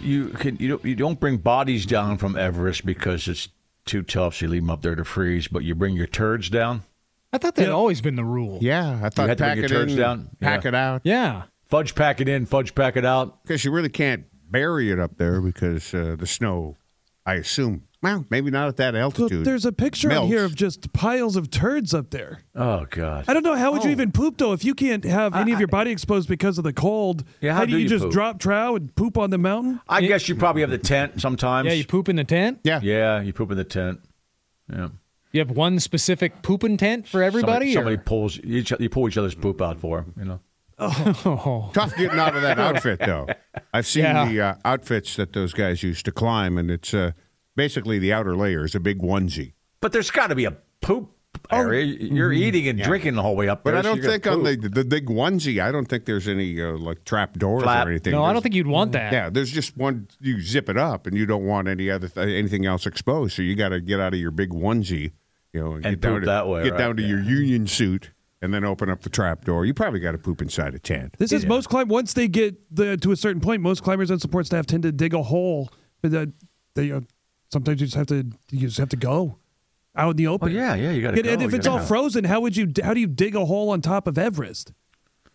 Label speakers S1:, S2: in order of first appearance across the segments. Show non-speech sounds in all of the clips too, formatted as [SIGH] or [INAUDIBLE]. S1: you can you don't, you don't bring bodies down from Everest because it's too tough, so you leave them up there to freeze. But you bring your turds down.
S2: I thought that had always been the rule.
S3: Yeah, I thought
S1: had to
S3: pack
S1: bring
S3: it
S1: your turds
S3: in,
S1: down?
S3: pack
S1: Yeah.
S3: it out,
S2: Yeah.
S1: Fudge pack it in, fudge pack it out.
S3: because you really can't bury it up there because uh, the snow. I assume. Well, maybe not at that
S4: So
S3: altitude.
S4: there's a picture
S3: melts.
S4: on here of just piles of turds up there.
S1: Oh God.
S4: I don't know how would you even poop though if you can't have any of your body exposed because of the cold.
S1: Yeah,
S4: how,
S1: how
S4: do,
S1: do
S4: you,
S1: you
S4: just
S1: poop?
S4: drop trow and poop on the mountain?
S1: I guess you probably have the tent sometimes.
S2: Yeah, you poop in the tent?
S3: yeah,
S1: Yeah, you poop in the tent. Yeah.
S2: You have one specific pooping tent for everybody?
S1: Somebody, somebody
S2: or-
S1: pulls each. You pull each other's poop out for 'em, You know.
S3: [LAUGHS]
S2: [LAUGHS] Oh,
S3: Tough getting out of that outfit, though. I've seen
S2: Yeah.
S3: the uh, outfits that those guys used to climb, and it's uh, basically the outer layer is a big onesie.
S1: But there's got to be a poop area. You're eating and drinking the whole way up
S3: But
S1: there.
S3: I
S1: so
S3: don't
S1: you're
S3: think
S1: gonna
S3: on the,
S1: poop.
S3: the big onesie, I don't think there's any uh, like trap doors
S1: Flap.
S3: or anything.
S2: No, I
S3: There's-
S2: don't think you'd want that.
S3: Yeah, there's just one. You zip it up, and you don't want any other th- anything else exposed. So you got to get out of your big onesie, you know, and,
S1: And
S3: get down
S1: poop
S3: to,
S1: that way,
S3: Get
S1: right,
S3: down to
S1: yeah.
S3: your union suit, and then open up the trap door. You probably got to poop inside a tent.
S4: This is most climb once they get the, to a certain point, most climbers and support staff tend to dig a hole. But that they uh, sometimes you just have to you just have to go out in the
S1: Oh
S4: open.
S1: yeah, yeah. You got to.
S4: And, and if it's all frozen, how would you how do you dig a hole on top of Everest?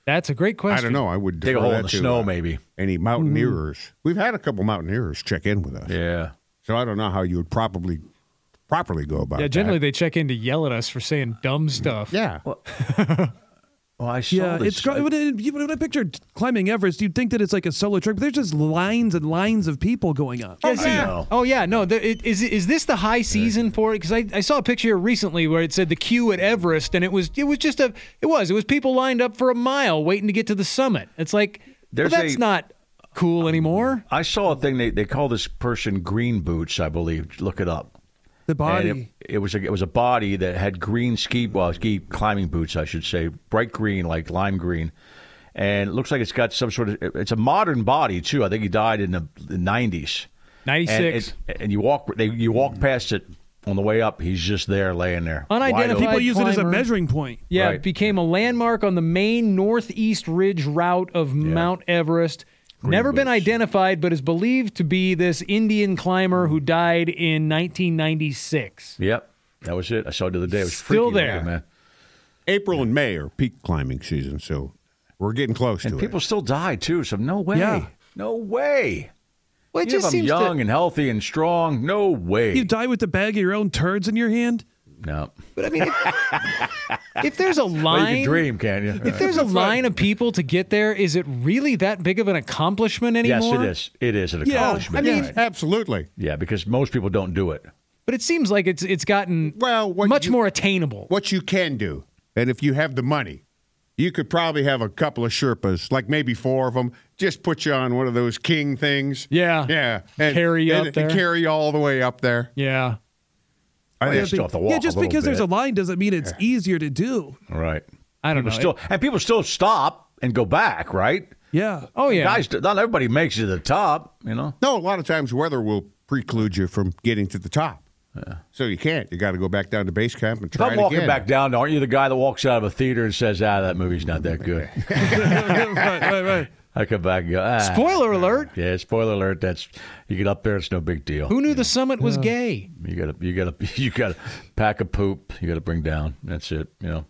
S2: That's a great question.
S3: I don't know. I would
S1: Dig a
S3: defer
S1: hole in
S3: that
S1: the
S3: to,
S1: snow,
S3: uh,
S1: maybe.
S3: Any mountaineers? We've had a couple mountaineers check in with us,
S1: Yeah.
S3: so I don't know how you would probably properly go about.
S2: Yeah,
S3: that.
S2: generally they check in to yell at us for saying dumb stuff.
S3: Yeah,
S1: Well, Oh, I saw
S4: Yeah,
S1: this.
S4: it's gr- when, I, when I pictured climbing Everest, you'd think that it's like a solo trip, but there's just lines and lines of people going up.
S2: Oh, yeah. Oh, yeah. No, the, it, is is this the high season for it? Because I, I saw a picture here recently where it said the queue at Everest, and it was it was just a it was it was people lined up for a mile waiting to get to the summit. It's like well,
S1: There's
S2: that's
S1: a-
S2: not cool anymore.
S1: I saw a thing. They they call this person Green Boots, I believe. Look it up.
S4: The body.
S1: And it, it was a, it was a body that had green ski well ski climbing boots, I should say, bright green like lime green, and it looks like it's got some sort of. It's a modern body too. I think he died in the nineties.
S2: 96.
S1: And, and you walk they, you walk past it on the way up. He's just there, laying there, wide open.
S2: Unidentified-
S4: people use it as a
S2: climber.
S4: measuring point.
S2: Yeah,
S1: Right.
S2: it became a landmark on the main northeast ridge route of Mount Everest. Never been identified, but is believed to be this Indian climber
S1: Mm-hmm.
S2: who died in 1996.
S1: Yep, that was it. I saw it the other day. It was
S2: Still
S1: freaky
S2: there.
S1: looking, man.
S3: April and May are peak climbing season, so we're getting close
S1: And
S3: to
S1: people
S3: it.
S1: still die too. So no way,
S4: Yeah.
S1: no way.
S2: Well,
S1: Even
S2: it
S1: if
S2: just
S1: I'm
S2: seems
S1: young
S2: to,
S1: and healthy and strong, no way.
S4: You die with the bag of your own turds in your hand.
S1: no,
S2: but I mean, if, if there's
S1: [LAUGHS]
S2: a
S1: well, you
S2: line,
S1: can dream, can you?
S2: if there's a line of people to get there, is it really that big of an accomplishment
S1: [LAUGHS] Yes,
S2: anymore?
S1: it is. It is an
S4: Yeah,
S1: accomplishment.
S2: I mean-
S1: right.
S3: Absolutely.
S1: yeah, because most people don't do it.
S2: But it seems like it's it's gotten
S3: Well, what
S2: much
S3: you-
S2: more attainable.
S3: what you can do, and if you have the money, you could probably have a couple of Sherpas, like maybe four of them, just put you on one of those king things.
S2: Yeah.
S3: Yeah.
S2: Carry you
S3: and-
S2: up there.
S3: And carry you all the way up there.
S2: yeah.
S1: I
S3: yeah,
S1: think still have to walk.
S4: yeah, just
S1: a little
S4: because there's a
S1: bit.
S4: line doesn't mean it's easier to do.
S1: right.
S2: I don't
S1: People
S2: know.
S1: still and people still stop and go back. Right.
S4: Yeah.
S2: Oh yeah.
S1: Guys, not everybody makes it to the top. You know.
S3: No, a lot of times weather will preclude you from getting to the top. So you can't. You got to go back down to base camp and
S1: If
S3: try
S1: I'm
S3: it
S1: walking
S3: again.
S1: back down, aren't you the guy that walks out of a theater and says, "Ah, that movie's not that good."
S4: right, right, right.
S1: I come back and go, "Ah."
S2: Spoiler alert.
S1: Yeah, spoiler alert. That's you get up there, it's no big deal.
S2: Who knew the summit was gay?
S1: You gotta, you gotta, [LAUGHS] you gotta pack a poop. You gotta bring down. That's it. You know.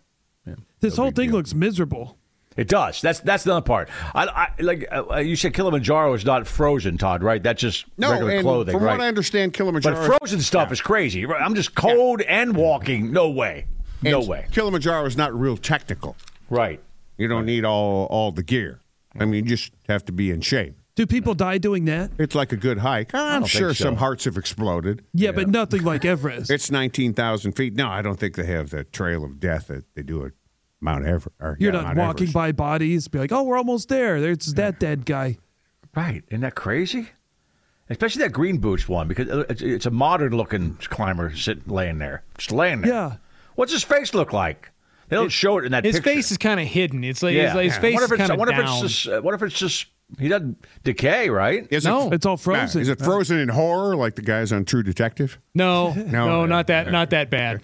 S4: This whole thing looks miserable.
S1: It does. That's that's the other part. I, I like uh, you said Kilimanjaro is not frozen, Todd. Right? That's just
S3: No,
S1: regular
S3: and
S1: clothing.
S3: from
S1: right?
S3: what I understand,
S1: but
S3: Kilimanjaro.
S1: frozen stuff is crazy. Right? I'm just cold and walking. No way. No
S3: and
S1: way.
S3: Kilimanjaro is not real technical.
S1: Right.
S3: You don't need all all the gear. I mean, you just have to be in shape.
S4: Do people die doing that?
S3: It's like a good hike. I'm
S1: think
S3: sure
S1: so.
S3: some hearts have exploded.
S4: Yeah, but nothing like Everest.
S3: It's 19,000 feet. No, I don't think they have the trail of death that they do at Mount Everest.
S4: You're not walking by bodies, be like, oh, we're almost there. There's that dead guy.
S1: Right. Isn't that crazy? Especially that green boots one because uh, it's, it's a modern looking climber sitting laying there, just laying there.
S4: Yeah.
S1: What's his face look like? They don't show it in that.
S2: His
S1: picture.
S2: face is kind of hidden. It's like, it's like his
S1: I
S2: face
S1: wonder
S2: is
S1: if it's-
S2: kind
S1: I
S2: of
S1: wonder
S2: down.
S1: if it's just. uh, What if it's just? He doesn't decay, right?
S3: Is
S2: No. Uh,
S4: It's all
S3: Nah,
S4: frozen.
S3: is it frozen in horror like the guys on True Detective?
S2: no,
S3: [LAUGHS] No,
S2: no,
S3: no,
S2: not that, not that bad,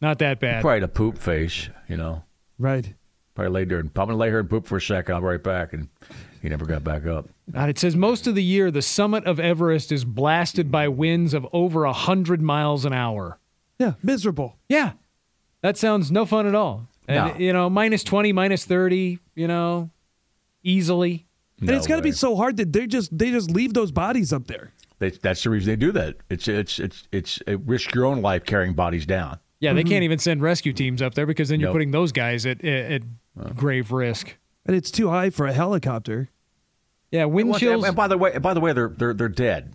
S2: not that bad.
S1: Probably a poop face. You know.
S4: Right.
S1: Probably laid there. And, I'm gonna lay here and poop for a second. I'll be right back. And he never got back up.
S2: God, it says most of the year the summit of Everest is blasted by winds of over a hundred miles an hour.
S4: Yeah. Miserable.
S2: Yeah, that sounds no fun at all. And,
S1: No.
S2: You know, minus twenty, minus thirty. You know, easily.
S4: and it's got to
S1: way.
S4: be so hard that they just they just leave those bodies up there.
S1: They, that's the reason they do that. It's it's it's it's uh risk your own life carrying bodies down.
S2: Yeah,
S3: Mm-hmm.
S2: they can't even send rescue teams up there because then you're
S1: Nope.
S2: putting those guys at at, at grave risk.
S4: And it's too high for a helicopter.
S2: Yeah, wind chills.
S1: And by the way, by the way, they're they're they're dead.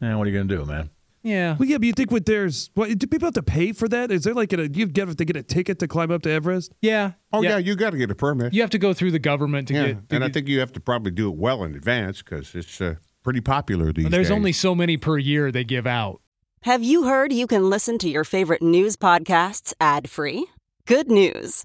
S1: Man, what are you gonna do, man?
S2: Yeah,
S4: Well, yeah, but you think what there's what do people have to pay for that? Is there like a you get have to get a ticket to climb up to Everest?
S2: yeah.
S3: Oh yeah, you got to get a permit.
S2: You have to go through the government to
S3: Yeah,
S2: get. to
S3: and I
S2: get-
S3: think you have to probably do it well in advance because it's uh, pretty popular these
S2: there's
S3: days.
S2: only so many per year they give out.
S5: Have you heard you can listen to your favorite news podcasts ad free? Good news!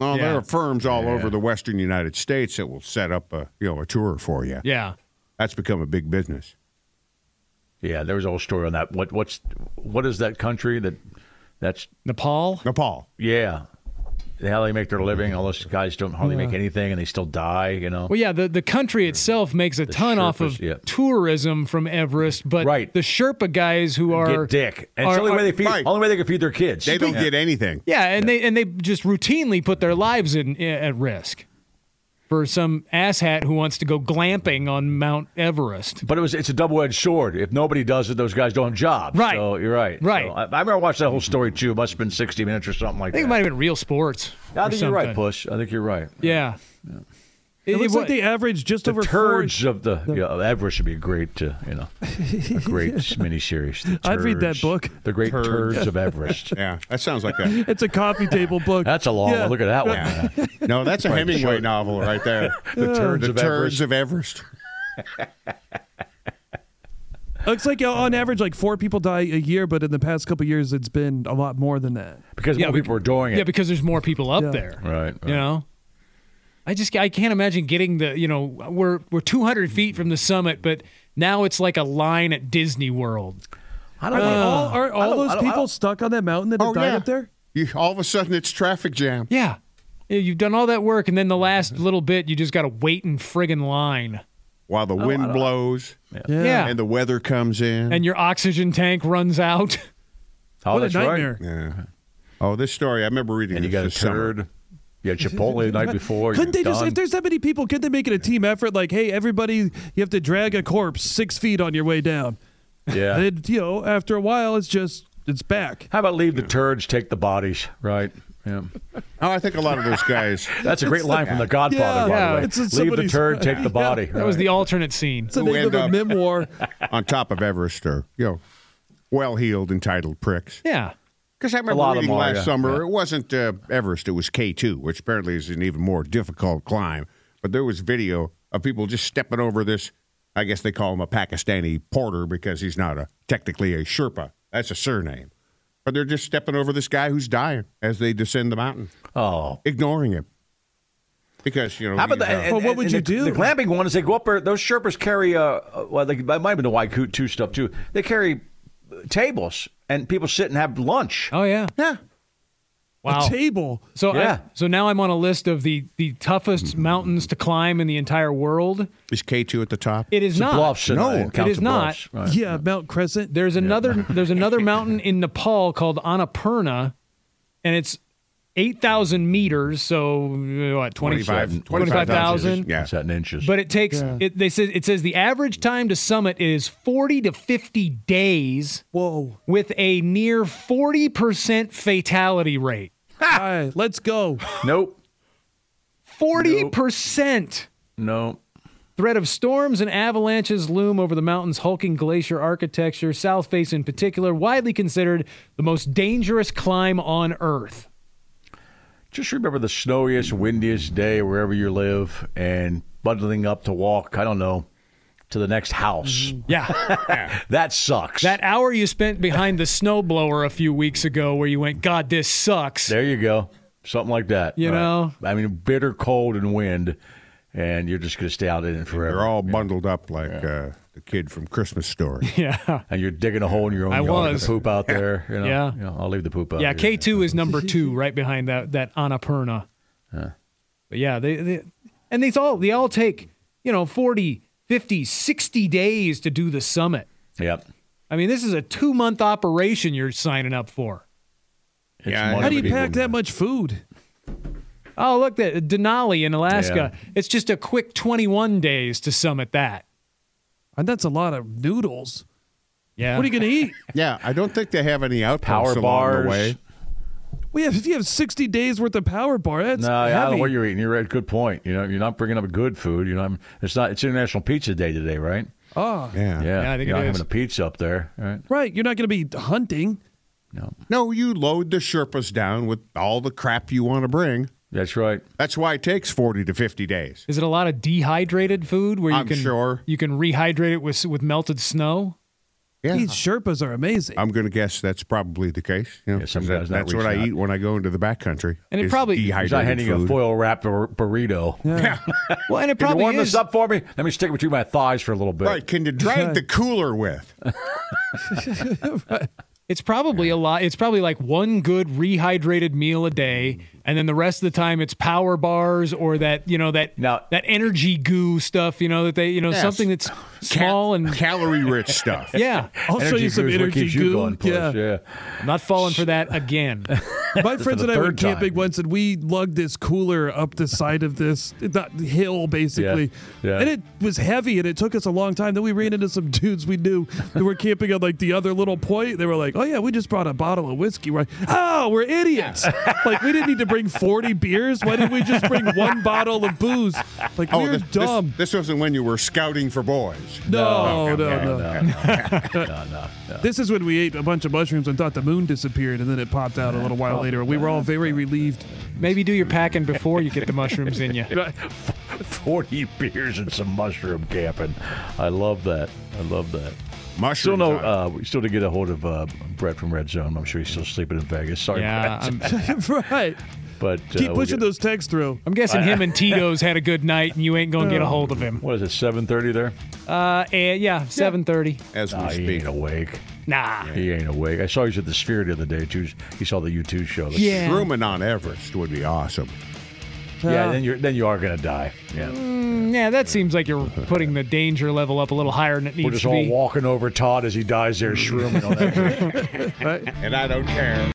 S3: Well, Oh, there
S2: Yeah.
S3: are firms all over the Western United States that will set up a you know a tour for you.
S2: Yeah.
S3: That's become a big business.
S1: Yeah, there was a whole story on that. What what's what is that country that that's
S2: Nepal?
S3: Nepal.
S1: yeah. How they make their living, all those guys don't hardly make anything and they still die, you know.
S2: Well, yeah, the, the country itself makes a ton off
S1: Sherpas,
S2: of
S1: yeah.
S2: tourism from Everest, but
S1: Right.
S2: the Sherpa guys who are
S1: get dick. And it's
S2: are-
S1: the only way
S2: are-
S1: they feed
S3: Right.
S1: only way they can feed their kids.
S3: They don't get anything.
S2: yeah, and they and they just routinely put their lives in at risk for some asshat who wants to go glamping on Mount Everest.
S1: But it was it's a double edged sword. If nobody does it, those guys don't have jobs.
S2: Right.
S1: So you're right.
S2: Right.
S1: So I, I remember watching that whole story too. It must have been sixty minutes or something like
S2: I think it
S1: that.
S2: might have been real sports.
S1: I
S2: or
S1: think you're right,
S2: something.
S1: Push. I think you're right.
S2: Yeah.
S4: It,
S2: It-
S4: looks
S2: it wa-
S4: like they average just
S1: The
S4: over four.
S1: turds of the, yeah, of Everest should be great to you know
S4: [LAUGHS]
S1: a great miniseries. The
S4: I'd read that
S1: Turds.
S4: book.
S1: The Great Turds, of Everest.
S3: Yeah, that sounds like
S2: [LAUGHS]
S3: a
S4: [LAUGHS] It's a
S1: [LAUGHS]
S4: coffee table book.
S1: That's a long
S4: Yeah.
S1: one. Look at that one.
S3: Yeah.
S1: man.
S3: [LAUGHS] no. That's a Hemingway novel right there. the
S1: Turds
S3: the
S1: of Everest.
S3: turds of Everest.
S4: Looks like uh, on average like four people die a year, but in the past couple years it's been a lot more than that.
S1: Because
S2: Yeah,
S1: more
S2: bec-
S1: people are doing it.
S2: Yeah, because there's more people up
S4: Yeah.
S2: there.
S1: right. right.
S2: You know, I just I can't imagine getting the you know we're we're 200 feet from the summit, but now it's like a line at Disney World.
S1: I don't
S4: Are
S1: know.
S4: Uh, all, are
S1: Uh, I
S4: all
S1: don't- I
S4: those
S1: don't- I
S4: people
S1: don't-
S4: stuck on that mountain that have
S3: Oh,
S4: died
S3: yeah.
S4: up there?
S3: You, all of a sudden, it's traffic jam.
S2: Yeah. Yeah, You've done all that work, and then the last little bit, you just got to wait in friggin' line,
S3: while the wind blows
S4: Yeah.
S2: Yeah.
S3: and the weather comes in.
S2: and your oxygen tank runs out. [LAUGHS]
S1: Oh,
S4: What a
S1: that's right.
S4: nightmare.
S3: yeah. Oh, this story I remember reading.
S1: And you
S3: this
S1: got a
S3: this summer.
S1: turd. You had Chipotle the night before.
S4: Couldn't
S1: you're
S4: they just,
S1: done.
S4: if there's that many people, couldn't they make it a team effort? Like, hey, everybody, you have to drag a corpse six feet on your way down.
S1: [LAUGHS]
S4: And
S1: Yeah.
S4: then, you know, after a while, it's just, it's back.
S1: How about leave the turds, take the bodies, right? Yeah.
S3: Oh, I think a lot of those guys.
S1: That's a great line from The Godfather, by
S4: yeah,
S1: the way.
S4: it's in
S1: leave the
S4: somebody's-
S1: turd, take the body.
S2: That was the alternate scene.
S4: It's the
S3: Who
S4: name
S3: end
S4: of a
S3: up-
S4: memoir.
S3: [LAUGHS] on top of Everest are, you know, well heeled, entitled pricks.
S2: Yeah.
S3: Because I remember
S1: lot of
S3: reading
S1: them are,
S3: last
S1: yeah,
S3: summer,
S1: yeah.
S3: it wasn't uh, Everest, it was K2, which apparently is an even more difficult climb. But there was video of people just stepping over this. I guess they call him a Pakistani porter because he's not a technically a Sherpa. That's a surname. But they're just stepping over this guy who's dying as they descend the mountain,
S1: Oh.
S3: ignoring him. Because, you know,
S1: How about
S3: he's,
S1: the,
S3: uh,
S1: and-
S4: Well, what
S1: and-
S4: would
S1: and
S4: you
S1: the-
S4: do?
S1: The glamping one is they go up there. Those Sherpas carry, uh, uh, well, they, it might have been the Waikoot 2 stuff too. They carry uh, tables and people sit and have lunch.
S2: Oh yeah.
S3: yeah.
S2: Wow.
S4: a table.
S2: So I-
S1: Yeah.
S2: so now I'm on a list of the the toughest mountains to climb in the entire world.
S1: uh,
S3: Is K2 at the top?
S2: It is not.
S1: Bluffs. and-
S3: No,
S1: and
S3: it
S1: counts
S2: is
S1: the
S2: not.
S1: bluffs. Right.
S4: Yeah, Mount Crescent.
S2: There's another there's another mountain in Nepal called Annapurna, and it's eight thousand meters. So uh, what
S3: 25
S2: 25
S3: 25,000.
S2: 25,000.
S3: Yeah.
S1: It's at inches.
S2: But it takes it. They said it says the average time to summit is forty to fifty days,
S4: Whoa.
S2: with a near forty percent fatality rate.
S4: [LAUGHS] All right, let's go.
S1: nope.
S2: Forty percent.
S1: No.
S2: Threat of storms and avalanches loom over the mountain's hulking glacier architecture, South Face in particular, widely considered the most dangerous climb on Earth.
S1: Just remember the snowiest, windiest day wherever you live and bundling up to walk, I don't know, to the next house. [LAUGHS]
S2: Yeah.
S1: That sucks.
S2: Mm-hmm. that hour you spent behind the snowblower a few weeks ago where you went, God, this sucks.
S1: there you go. Something like that.
S2: You know?
S1: I mean, bitter cold and wind, and you're just going to stay out in it
S3: They're
S1: forever.
S3: all bundled up like uh, the kid from Christmas Story.
S1: [LAUGHS]
S2: Yeah.
S1: and you're digging a hole in your own
S2: I
S1: yard with
S2: was.
S1: the poop out there. You know?
S2: [LAUGHS] Yeah.
S1: You know, I'll leave the poop out
S2: Yeah,
S1: here.
S2: K2 is number two, right behind that, that Annapurna. But yeah, they, they and these all they all take, you know, 40, 50, 60 days to do the summit.
S1: Yep.
S2: I mean, this is a two month operation you're signing up for.
S1: It's
S3: Yeah,
S1: money
S4: How do you
S1: people-
S4: pack that much food?
S2: Oh, look, that Denali in Alaska. It's just a quick 21 days to summit that.
S4: And that's a lot of noodles.
S2: Yeah.
S4: What are you going to
S1: [LAUGHS]
S4: eat?
S3: Yeah, I don't think they have any outposts
S1: Power
S3: along
S1: bars.
S3: the way.
S4: We have, if you have 60 days worth of power bar, that's
S1: No, yeah, I don't know
S4: heavy.
S1: what you're eating. You're at good point. You know, you're not bringing up good food. You know, I'm, it's not. It's International Pizza Day today, right?
S4: oh,
S3: Yeah.
S1: Yeah,
S2: I think
S1: you're
S2: it
S1: not
S2: is.
S1: having a pizza up there, right?
S4: right. You're not going to be hunting.
S3: No, you load the Sherpas down with all the crap you want to bring.
S1: That's right.
S3: That's why it takes 40 to 50 days.
S2: Is it a lot of dehydrated food where you
S3: I'm
S2: can
S3: sure.
S2: you can rehydrate it with with melted snow?
S3: Yeah.
S4: These Sherpas are amazing.
S3: I'm going to guess that's probably the case. You know,
S1: Yeah, some
S3: 'cause
S1: guy's
S3: that,
S1: not
S3: that's what I
S1: reaching out.
S3: eat when I go into the backcountry.
S2: And it
S3: is
S2: probably-
S1: He's not
S3: dehydrated
S1: handing you a
S3: food. [LAUGHS]
S1: foil wrapped bur- burrito. [LAUGHS]
S2: Well, and it
S1: Can you
S2: probably
S1: warm
S2: is.
S1: this up for me? Let me stick it between my thighs for a little bit.
S3: Right? Can you drag the
S1: [LAUGHS]
S3: cooler with?
S2: It's probably a lot. It's probably like one good rehydrated meal a day, and then the rest of the time it's power bars or that you know that
S1: Now-
S2: that energy goo stuff. You know that they you know something that's small and
S3: calorie rich stuff.
S2: yeah.
S4: I'll show
S1: Energy
S4: you some
S1: goo is what
S4: energy
S1: keeps
S4: goo.
S1: You going, push.
S4: yeah.
S1: yeah.
S2: I'm not falling for
S1: [LAUGHS]
S2: that again.
S4: My
S1: the
S4: friends and I went
S1: third time.
S4: camping once, and we lugged this cooler up the side of this that hill, basically.
S1: Yeah, yeah.
S4: And it was heavy, and it took us a long time. Then we ran into some dudes we knew that were camping on like the other little point. They were like, "Oh yeah, we just brought a bottle of whiskey." We're like, "Oh, we're idiots! like we didn't need to bring forty beers. Why didn't we just bring one bottle of booze? Like
S3: Oh,
S4: we're
S3: this, this-
S4: dumb."
S3: This, wasn't when you were scouting for boys.
S4: no,
S3: Okay,
S4: no,
S3: okay,
S4: no, [LAUGHS] This is when we ate a bunch of mushrooms and thought the moon disappeared, and then it popped out a little while later. We were all very relieved.
S2: Maybe do your packing before you get the mushrooms in you.
S1: [LAUGHS] Forty beers and some mushroom camping. I love that. I love that. Still
S3: Mushroom
S1: no.
S3: time.
S1: Uh, we still didn't get a hold of uh, Brett from Red Zone. I'm sure he's still sleeping in Vegas. Sorry,
S2: Yeah,
S1: Brett.
S2: I'm,
S4: right.
S1: But uh,
S4: Keep
S1: we'll
S4: pushing
S1: get-
S4: those texts through.
S2: I'm guessing him and Tito's had a good night, and you ain't gonna get a hold of him.
S1: What is it? Seven thirty there.
S2: Uh, eh, yeah, seven thirty.
S3: as we
S1: Nah, he
S3: speak.
S1: ain't awake.
S2: Nah.
S1: He ain't awake. I saw he was at the Sphere the other day too. He saw the U2 show. That's-
S2: Yeah.
S3: Truman on Everest would be awesome.
S1: Yeah. Then you're then you are gonna die. Yeah.
S2: Yeah, that seems like you're putting the danger level up a little higher than it
S1: We're
S2: needs
S1: just
S2: to
S1: all
S2: be. [LAUGHS]
S1: walking over Todd as he dies there, shrooming on that.
S3: And I don't care.